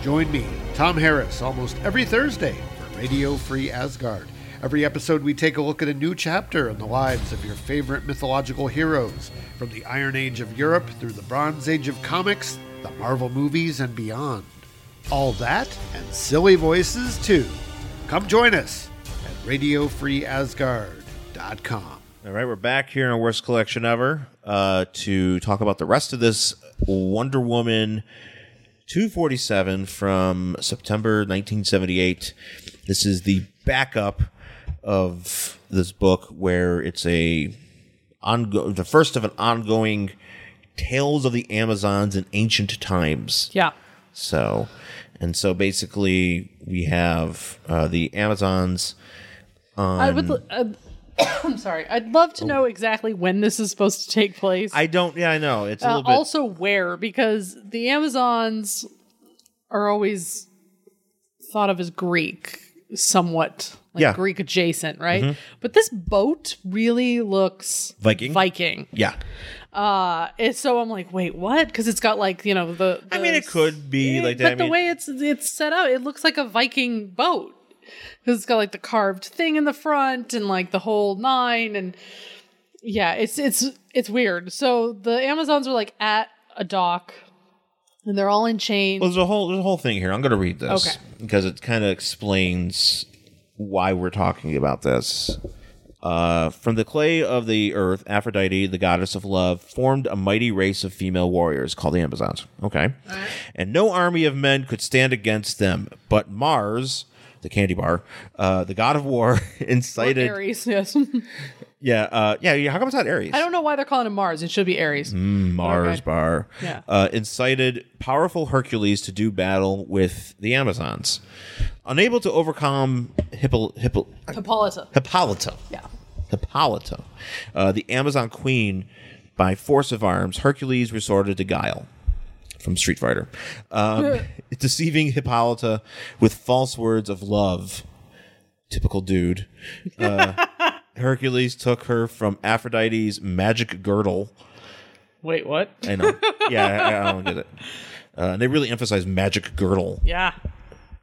Join me, Tom Harris, almost every Thursday for Radio Free Asgard. Every episode, we take a look at a new chapter in the lives of your favorite mythological heroes, from the Iron Age of Europe through the Bronze Age of comics, the Marvel movies, and beyond. All that and silly voices, too. Come join us at RadioFreeAsgard.com. All right, we're back here in our worst collection ever uh, to talk about the rest of this Wonder Woman 247 from September 1978. This is the backup of this book where it's a ongo- the first of an ongoing Tales of the Amazons in Ancient Times. yeah. So, and so basically we have uh, the Amazons. I would. l- Uh, I'm sorry. I'd love to know exactly when this is supposed to take place. Oh. I don't. Yeah, I know. It's a uh, little bit. also, where because the Amazons are always thought of as Greek, somewhat like Yeah. Mm-hmm. Greek adjacent, right? But this boat really looks Viking? Viking. yeah. Uh, it's so I'm like, wait, what? Because it's got like you know the. I mean, it the- could be like but that. I the mean, way it's it's set up, it looks like a Viking boat. 'Cause It's got like the carved thing in the front and like the whole nine, and yeah, it's it's it's weird. So the Amazons are like at a dock, and they're all in chains. well, there's a whole there's a whole thing here. I'm going to read this Okay. because it kind of explains why we're talking about this. Uh, from the clay of the earth, Aphrodite, the goddess of love, formed a mighty race of female warriors called the Amazons. Okay, and no army of men could stand against them, but Mars, the candy bar, uh, the god of war incited. Aries, yes. I Yeah, uh, yeah, yeah. How come it's not Ares? don't know why they're calling him Mars. It should be Aries. Mars Okay. bar. Yeah. Uh, incited powerful Hercules to do battle with the Amazons, unable to overcome Hippo, Hippo, Hippolyta. Hippolyta. Yeah. Hippolyta, uh, the Amazon queen, by force of arms, Hercules resorted to guile from Street Fighter, um, deceiving Hippolyta with false words of love. Typical dude. Uh, Hercules took her from Aphrodite's magic girdle. Wait, what? I know. Yeah, I, I don't get it. Uh, they really emphasize magic girdle Yeah.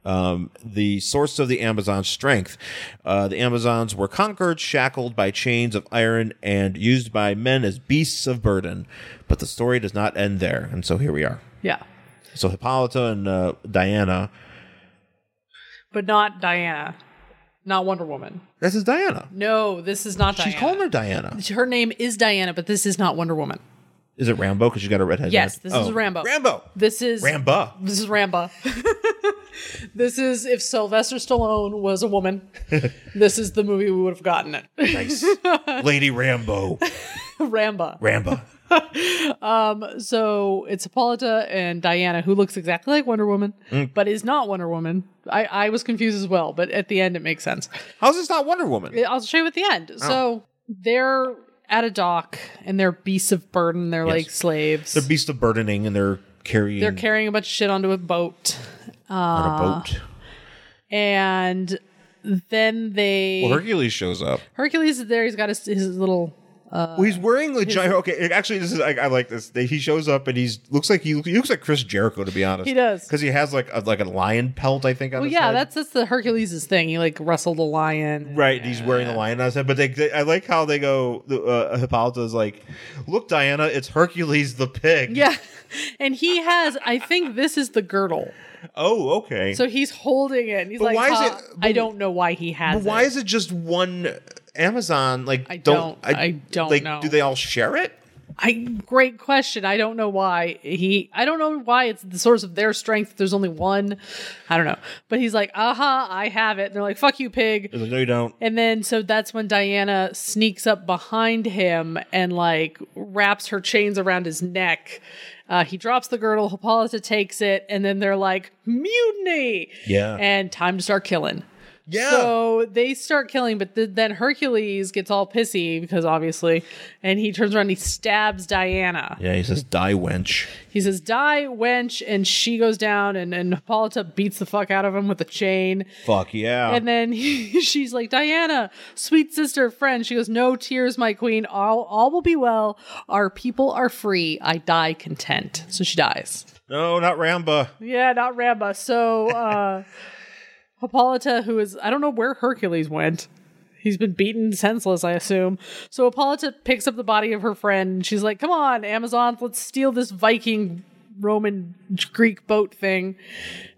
um, the source of the Amazon's strength. Uh, the Amazons were conquered, shackled by chains of iron, and used by men as beasts of burden. But the story does not end there, and so here we are. Yeah. So Hippolyta and uh, Diana. But not Diana. Not Wonder Woman. This is Diana. No, this is not She's Diana. calling her Diana. her name is Diana, but this is not Wonder Woman. Is it Rambo? Because she got a redhead. Yes, this is Rambo. Oh. Rambo. This is Rambo. This is Ramba. this is if Sylvester Stallone was a woman. this is the movie we would have gotten it. Nice. Lady Rambo. Ramba. Rambo. So it's Hippolyta and Diana, who looks exactly like Wonder Woman, Mm. but is not Wonder Woman. I, I was confused as well, but at the end it makes sense. How's this not Wonder Woman? I'll show you at the Oh. end. So they're at a dock and they're beasts of burden. They're like slaves. They're beasts of burdening, and they're carrying they're carrying a bunch of shit onto a boat. on a Uh, boat. And then they. Well, Hercules shows up. Hercules is there. He's got his, his little uh, Well, he's wearing a giant. Okay, it- actually, this is I, I like this. They- He shows up and he's looks like he, he looks like Chris Jericho to be honest. He does. because he has like a, like a lion pelt, I think. On Well, his yeah, head. that's that's the Hercules' thing. He like wrestled a lion. right. He's wearing the lion on his head, but they, they- I like how they go. the, Uh, Hippolyta's like, "Look, Diana, it's Hercules the pig." Yeah, and he has. I think this is the girdle. Oh, okay. So he's holding it. And he's But like, why is "Huh, it- I don't know why he has. but why it. is it just one Amazon? Like, I don't, don't- I don't like, know. Do they all share it? I great question. I don't know why he. I don't know why it's the source of their strength. There's only one. I don't know. But he's like, "Aha, I have it." And they're like, "Fuck you, pig." He's like, no, you don't. And then so that's when Diana sneaks up behind him and like wraps her chains around his neck. Uh, he drops the girdle. Hippolyta takes it, and then they're like mutiny. Yeah. and time to start killing. Yeah. So they start killing, but th- then Hercules gets all pissy because obviously, and he turns around, and he stabs Diana. yeah, he says, "Die, wench." He says, "Die, wench!" and she goes down, and and Hippolyta beats the fuck out of him with a chain. Fuck yeah. And then he, she's like, Diana, sweet sister, friend. She goes, No tears, my queen. All, all will be well. Our people are free. I die content. So she dies. no, not Ramba. Yeah, not Ramba. So uh, Hippolyta, who is, I don't know where Hercules went. He's been beaten senseless, I assume. So Hippolyta picks up the body of her friend. And she's like, Come on, Amazons, let's steal this Viking. Roman Greek boat thing,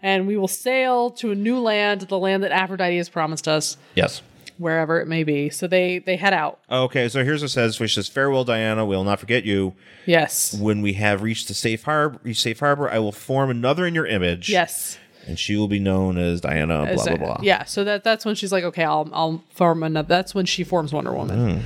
and we will sail to a new land, the land that Aphrodite has promised us Yes. wherever it may be. So they they head out. Okay, so here's what it says, which says, "Farewell, Diana. We will not forget you. Yes. When we have reached the safe harbor, reach safe harbor, I will form another in your image. Yes. and she will be known as Diana. Blah blah blah. Yeah. So that that's when she's like, okay, I'll I'll form another. That's when she forms Wonder Hmm. Woman.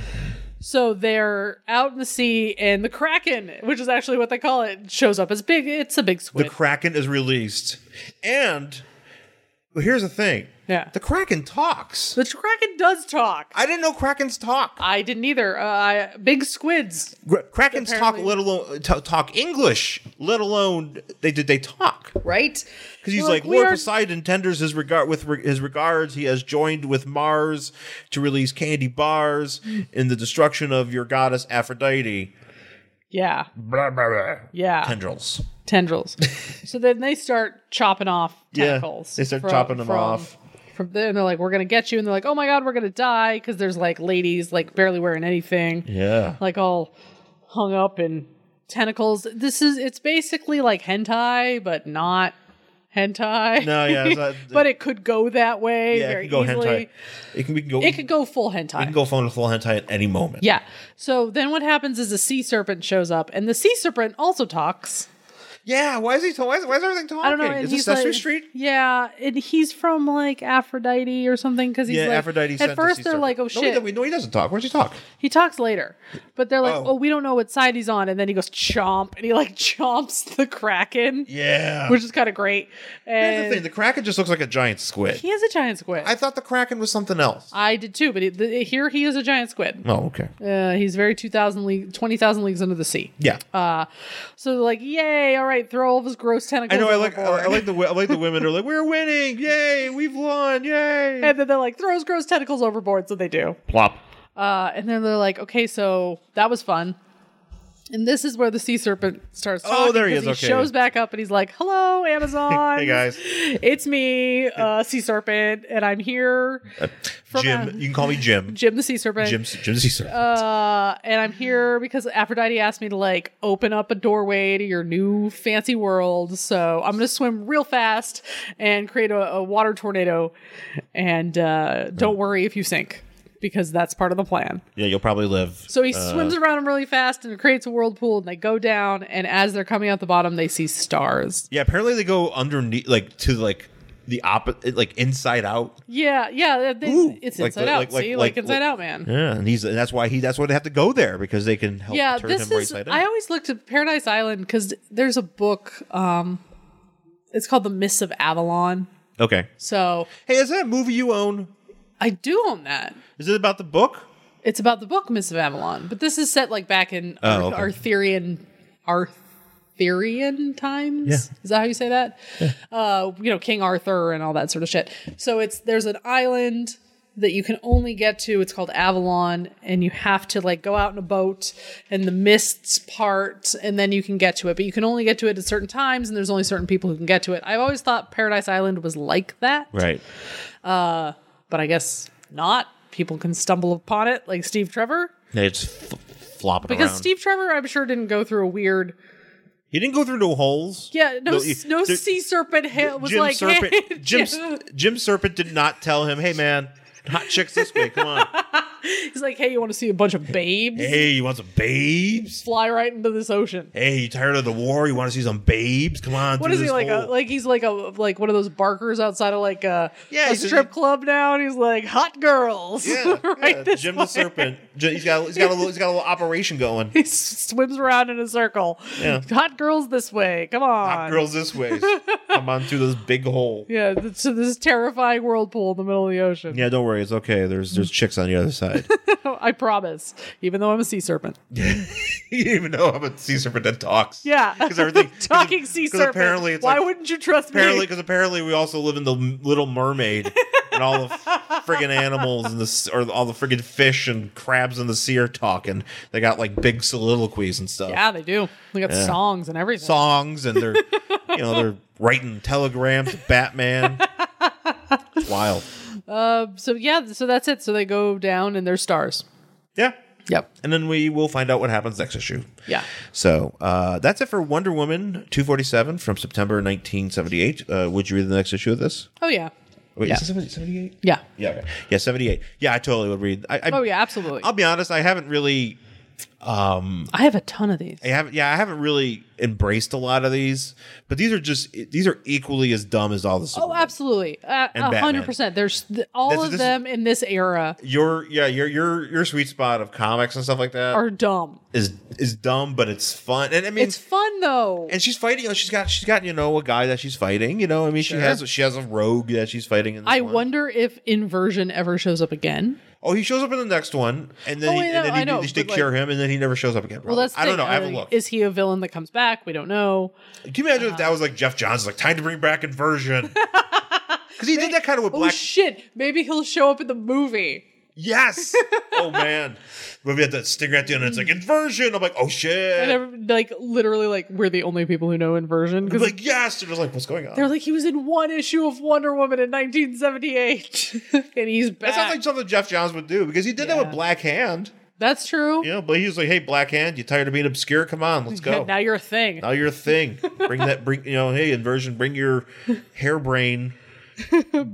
So they're out in the sea, and the Kraken, which is actually what they call it, shows up as big. It's a big The squid. Kraken is released, and well, here's the thing: yeah. the Kraken talks. The Kraken does talk. I, I didn't know Krakens talk. didn't either. Uh, I, big squids. Gra- Krakens talk, Apparently- let alone t- talk English, let alone they did they talk. Right. Because he's They're like, "We Lord are- Poseidon tenders his regard with re- his regards. He has joined with Mars to release candy bars in the destruction of your goddess Aphrodite. Yeah. Blah, blah, blah. Yeah. Tendrils. tendrils. so then they start chopping off Yeah, tentacles. they start chopping them off. From there, and they're like, "We're gonna get you," and they're like, "Oh my god, we're gonna die," because there's like ladies like barely wearing anything, Yeah. like all hung up in tentacles. This is it's basically like hentai, but not hentai. No, yeah, it's not- but it could go that way Yeah, very it can go easily. hentai. It can, we can go. It could go full hentai. we can go phone to full hentai at any moment. yeah. So then what happens is a sea serpent shows up, and the sea serpent also talks. Yeah, why is he? ta- Why is, why is everything talking? I don't know. and Is this he's Sesame like- Street? Yeah, and he's from like Aphrodite or something because he's yeah, like Aphrodite. sent At us first, these they're circles. like, "Oh No, he, shit." don't- no, he doesn't talk. Where's he talk? He talks later, but they're like, Oh. oh. we don't know what side he's on," and then he goes chomp, and he like chomps the kraken, Yeah. which is kind of great. Here's the And thing: the Kraken just looks like a giant squid. he is a giant squid. I I, thought the Kraken was something else. did too, but it, the, here he is a giant squid. oh, okay. Uh, he's very 2,000 league, 20,000 leagues under the sea. Yeah. Uh, so they're like, yay, all right, throw all of his gross I tentacles. know. I like. I, overboard." I like the. wo- I like the women are like, "We're winning! Yay! We've won! Yay!" and then they're like, throw his gross tentacles overboard. So they do. Plop. Uh, and then they're like, okay, so that was fun. And this is where the sea serpent starts. Oh, talking there he 'cause is, okay. shows back up and he's like, "Hello, Amazon. Hey, guys. it's me, uh, sea serpent, and I'm here, From Jim. a- you can call me Jim. Jim the sea serpent. Jim. Jim Caesar. Uh, and I'm here because Aphrodite asked me to like open up a doorway to your new fancy world. So I'm gonna swim real fast and create a, a water tornado. And uh, don't worry if you sink, because that's part of the plan. yeah, you'll probably live. So he swims around them really fast and creates a whirlpool, and they go down. And as they're coming out the bottom, they see stars. Yeah, apparently they go underneath, like to like the opposite, like inside out. Yeah, yeah, they, Ooh. it's Like inside the- out. like- like- see, like- like, Inside like- Out, man. Yeah, and he's and that's why he that's why they have to go there because they can help yeah, turn this him is. right side I up. always looked at Paradise Island because there's a book. Um, it's called The Mists of Avalon. Okay. So Hey, is that a movie you own? I do own that. Is it about the book? It's about the book Mists of Avalon, but this is set like back in Oh, Ar- Arthurian, Arthurian times. Yeah. Is that how you say that? Uh, you know, King Arthur and all that sort of shit. So it's there's an island that you can only get to. It's called Avalon, and you have to like go out in a boat, and the mists part, and then you can get to it. But you can only get to it at certain times, and there's only certain people who can get to it. I've always thought Paradise Island was like that Right. but I guess not. People can stumble upon it, like Steve Trevor, They just f- flopping because around. Steve Trevor, I'm sure, didn't go through a weird. he didn't go through no holes. Yeah, no, he- s- no there- sea serpent ha- was Jim like Serpent. "Hey, Jim, Jim Serpent did not tell him, "Hey, man, hot chicks this way. Come on. He's like, hey, you want to see a bunch of babes hey, you want some babes? fly right into this ocean? Hey, you tired of the war? You want to see some babes? Come on. What through is he this like? A, hole." like he's like a like one of those barkers outside of like a, a Yeah, he's- strip club now, and he's like hot girls. Yeah, right. yeah, this Jim way. the Serpent. J- He's got he's got a little, he's got a little operation going. He s- swims around in a circle. Yeah. Hot girls this way. Come on. Hot girls this way. Come on through this big hole. Yeah. th- So this terrifying whirlpool in the middle of the ocean. Yeah, don't worry, it's okay. There's there's chicks on the other side. I promise. Even though I'm a sea serpent. Even though I'm a sea serpent that talks. Yeah. because everything talking sea because serpent. Apparently, it's Why like, wouldn't you trust apparently me? because apparently we also live in the Little Mermaid and all the friggin' animals and the s- or all the friggin' fish and crabs in the sea are talking. They got like big soliloquies and stuff. Yeah, they do. They got songs and everything. songs and they're you know they're writing telegrams to batman it's wild So yeah, so that's it. So they go down and they're stars. yeah Yep. and then we will find out what happens next issue Yeah. so uh, that's it for wonder woman 247 from september 1978 uh, would you read the next issue of this Oh yeah. wait Yeah. is it 78 Yeah. yeah okay. yeah 78 yeah i totally would read I, I, Oh yeah, absolutely. i'll be honest i haven't really I have a ton of these. I haven't, yeah, I haven't really embraced a lot of these, but these are just these are equally as dumb as all the. Oh, Superman. absolutely. Uh, And A hundred Batman. percent. There's th- all That's- of this- them in this era your yeah your your your sweet spot of comics and stuff like that are dumb. is is dumb, but it's fun. And I mean, It's fun though. and she's fighting. You know, she's got she's got you know a guy that she's fighting. You know, I mean, she has she has a rogue that she's fighting. In this I one. wonder if inversion ever shows up again. Oh, he shows up in the next one, and then Oh, he, I and know, then he, I know, they- they but, cure him, and then he never shows up again. Well, probably. that's the I don't thing. know. I Uh, haven't looked. Is he a villain that comes back? We don't know. Can you imagine if Uh-huh. that was like Jeff Johns, like time to bring back inversion? Because he did that kind of with Oh Black. shit! Maybe he'll show up in the movie. yes. oh man. When we had that stinger at the end, it's like inversion. I'm like, oh shit. And every- like literally, like we're the only people who know inversion I'm because like yes. They're just like, what's going on? they're like he was in one issue of Wonder Woman in 1978, and he's back. That sounds like something Jeff Johns would do because he did that with Yeah. Black Hand. That's true. You know, but he was like, "Hey, Black Hand, you tired of being obscure? Come on, let's Yeah, go. now you're a thing. now you're a thing. Bring that. Bring you know, hey, inversion. Bring your hairbrain,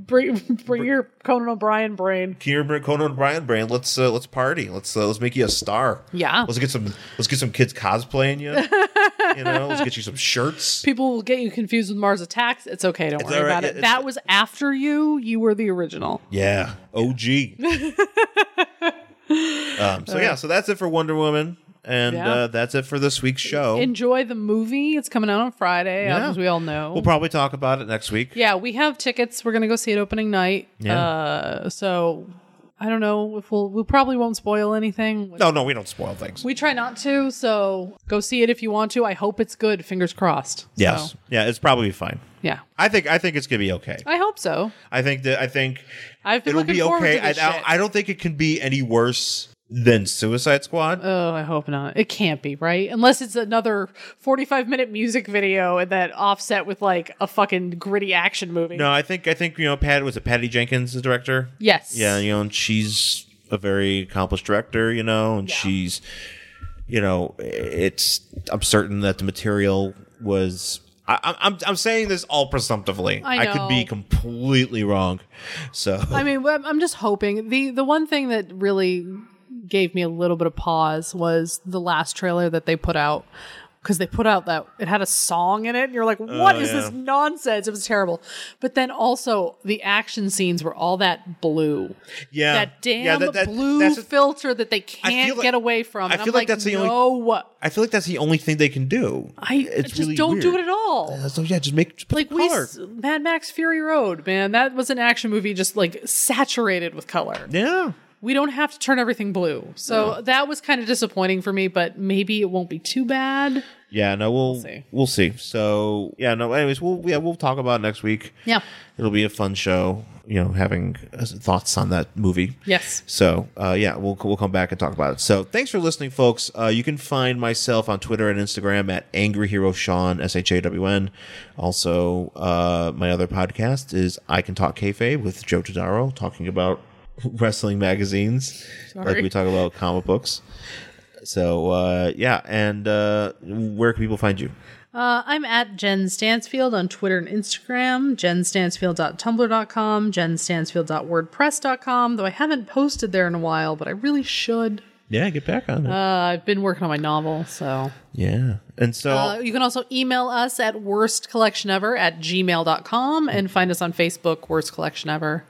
Bring, bring your Conan O'Brien brain. your Conan O'Brien brain. Let's uh, let's party. Let's uh, let's make you a star. Yeah. Let's get some. Let's get some kids cosplaying you. You know, let's get you some shirts. People will get you confused with Mars Attacks. It's okay. Don't It's worry all right, about yeah, it. it's- That was after you. You were the original. Yeah, OG. um, so yeah, so that's it for Wonder Woman, and Yeah. uh, that's it for this week's show. Enjoy the movie. It's coming out on Friday, Yeah. as we all know. we'll probably talk about it next week. yeah, we have tickets. We're gonna go see it opening night. Yeah. Uh, so I don't know if we'll. We probably won't spoil anything. No, no, we don't spoil things. We try not to. So go see it if you want to. I hope it's good. Fingers crossed. yes, So, yeah, it's probably fine. yeah. I think I think it's gonna be okay. I hope so. I think that I think I've been it'll looking be forward okay. to I, this I, shit. I don't think it can be any worse than Suicide Squad. Oh, I hope not. It can't be, right? Unless it's another 45 minute music video and that offset with like a fucking gritty action movie. no, I think I think you know Pat was it Patty Jenkins the director. Yes. Yeah, you know, and she's a very accomplished director, you know, and she's, you know, it's. I'm certain that the material was. I, I'm- I'm I'm saying this all presumptively. I could be know. completely wrong. So I mean, well, I'm just hoping. The the one thing that really gave me a little bit of pause was the last trailer that they put out because they put out that it had a song in it and you're like what Oh, is this yeah. nonsense it was terrible but then also the action scenes were all that blue yeah, that damn yeah, that- that- blue that's the- filter that they I feel can't like- get away from I And I'm feel like that's the only- no I feel like that's the only thing they can do. I just don't do it at all. So yeah, just make just put like the we, Uh, color. s- Mad Max Fury Road, man, that was an action movie just like saturated with color. yeah. We don't have to turn everything blue, so that was kind of disappointing for me. But maybe it won't be too bad. Yeah, no, we'll we'll see. see. So yeah, no. Anyways, we'll yeah we'll talk about it next week. Yeah. it'll be a fun show. You know, having uh, thoughts on that movie. Yes. So uh, yeah, we'll we'll come back and talk about it. So thanks for listening, folks. Uh, you can find myself on Twitter and Instagram at Angry Hero Sean S H A W N. Also, uh, my other podcast is I Can Talk Kayfabe with Joe Todaro, talking about wrestling magazines, like we talk about comic books. So uh, yeah, and uh, where can people find you? Uh, I'm at Jen Stansfield on Twitter and Instagram, jenstansfield.tumblr.com, jenstansfield.wordpress.com, though I haven't posted there in a while, but I really should. Yeah, get back on it. Uh, I've been working on my novel, so. yeah, and so Uh, you can also email us at worstcollectionever at gmail.com Mm-hmm. and find us on Facebook, Worst Collection Ever.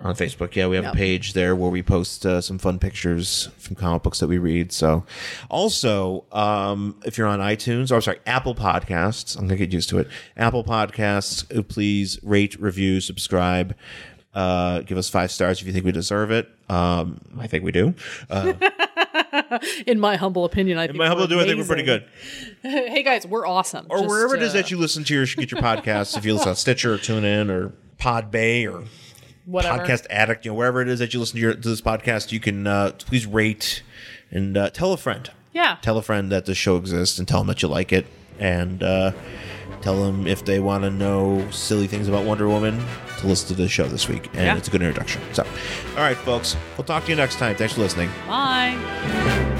on Facebook. Yeah, we have a page there where we post uh, some fun pictures from comic books that we read. So, also, um, if you're on iTunes, or I'm sorry, Apple Podcasts, I'm gonna get used to it. Apple Podcasts, uh, please rate, review, subscribe. Uh, give us five stars if you think we deserve it. Um, I think we do. Uh, In my humble opinion, I think my humble we're do, I think we're pretty amazing. good. hey guys, we're awesome. Or Just, wherever it is uh, that you listen to your get your podcasts, if you listen on Stitcher or TuneIn or Podbay or whatever. podcast addict, you know, wherever it is that you listen to, your, to this podcast, you can uh, please rate and uh, tell a friend. Yeah. Tell a friend that the show exists and tell them that you like it. And uh, tell them if they want to know silly things about Wonder Woman to listen to the show this week. And Yeah. it's a good introduction. So, all right, folks, we'll talk to you next time. Thanks for listening. Bye.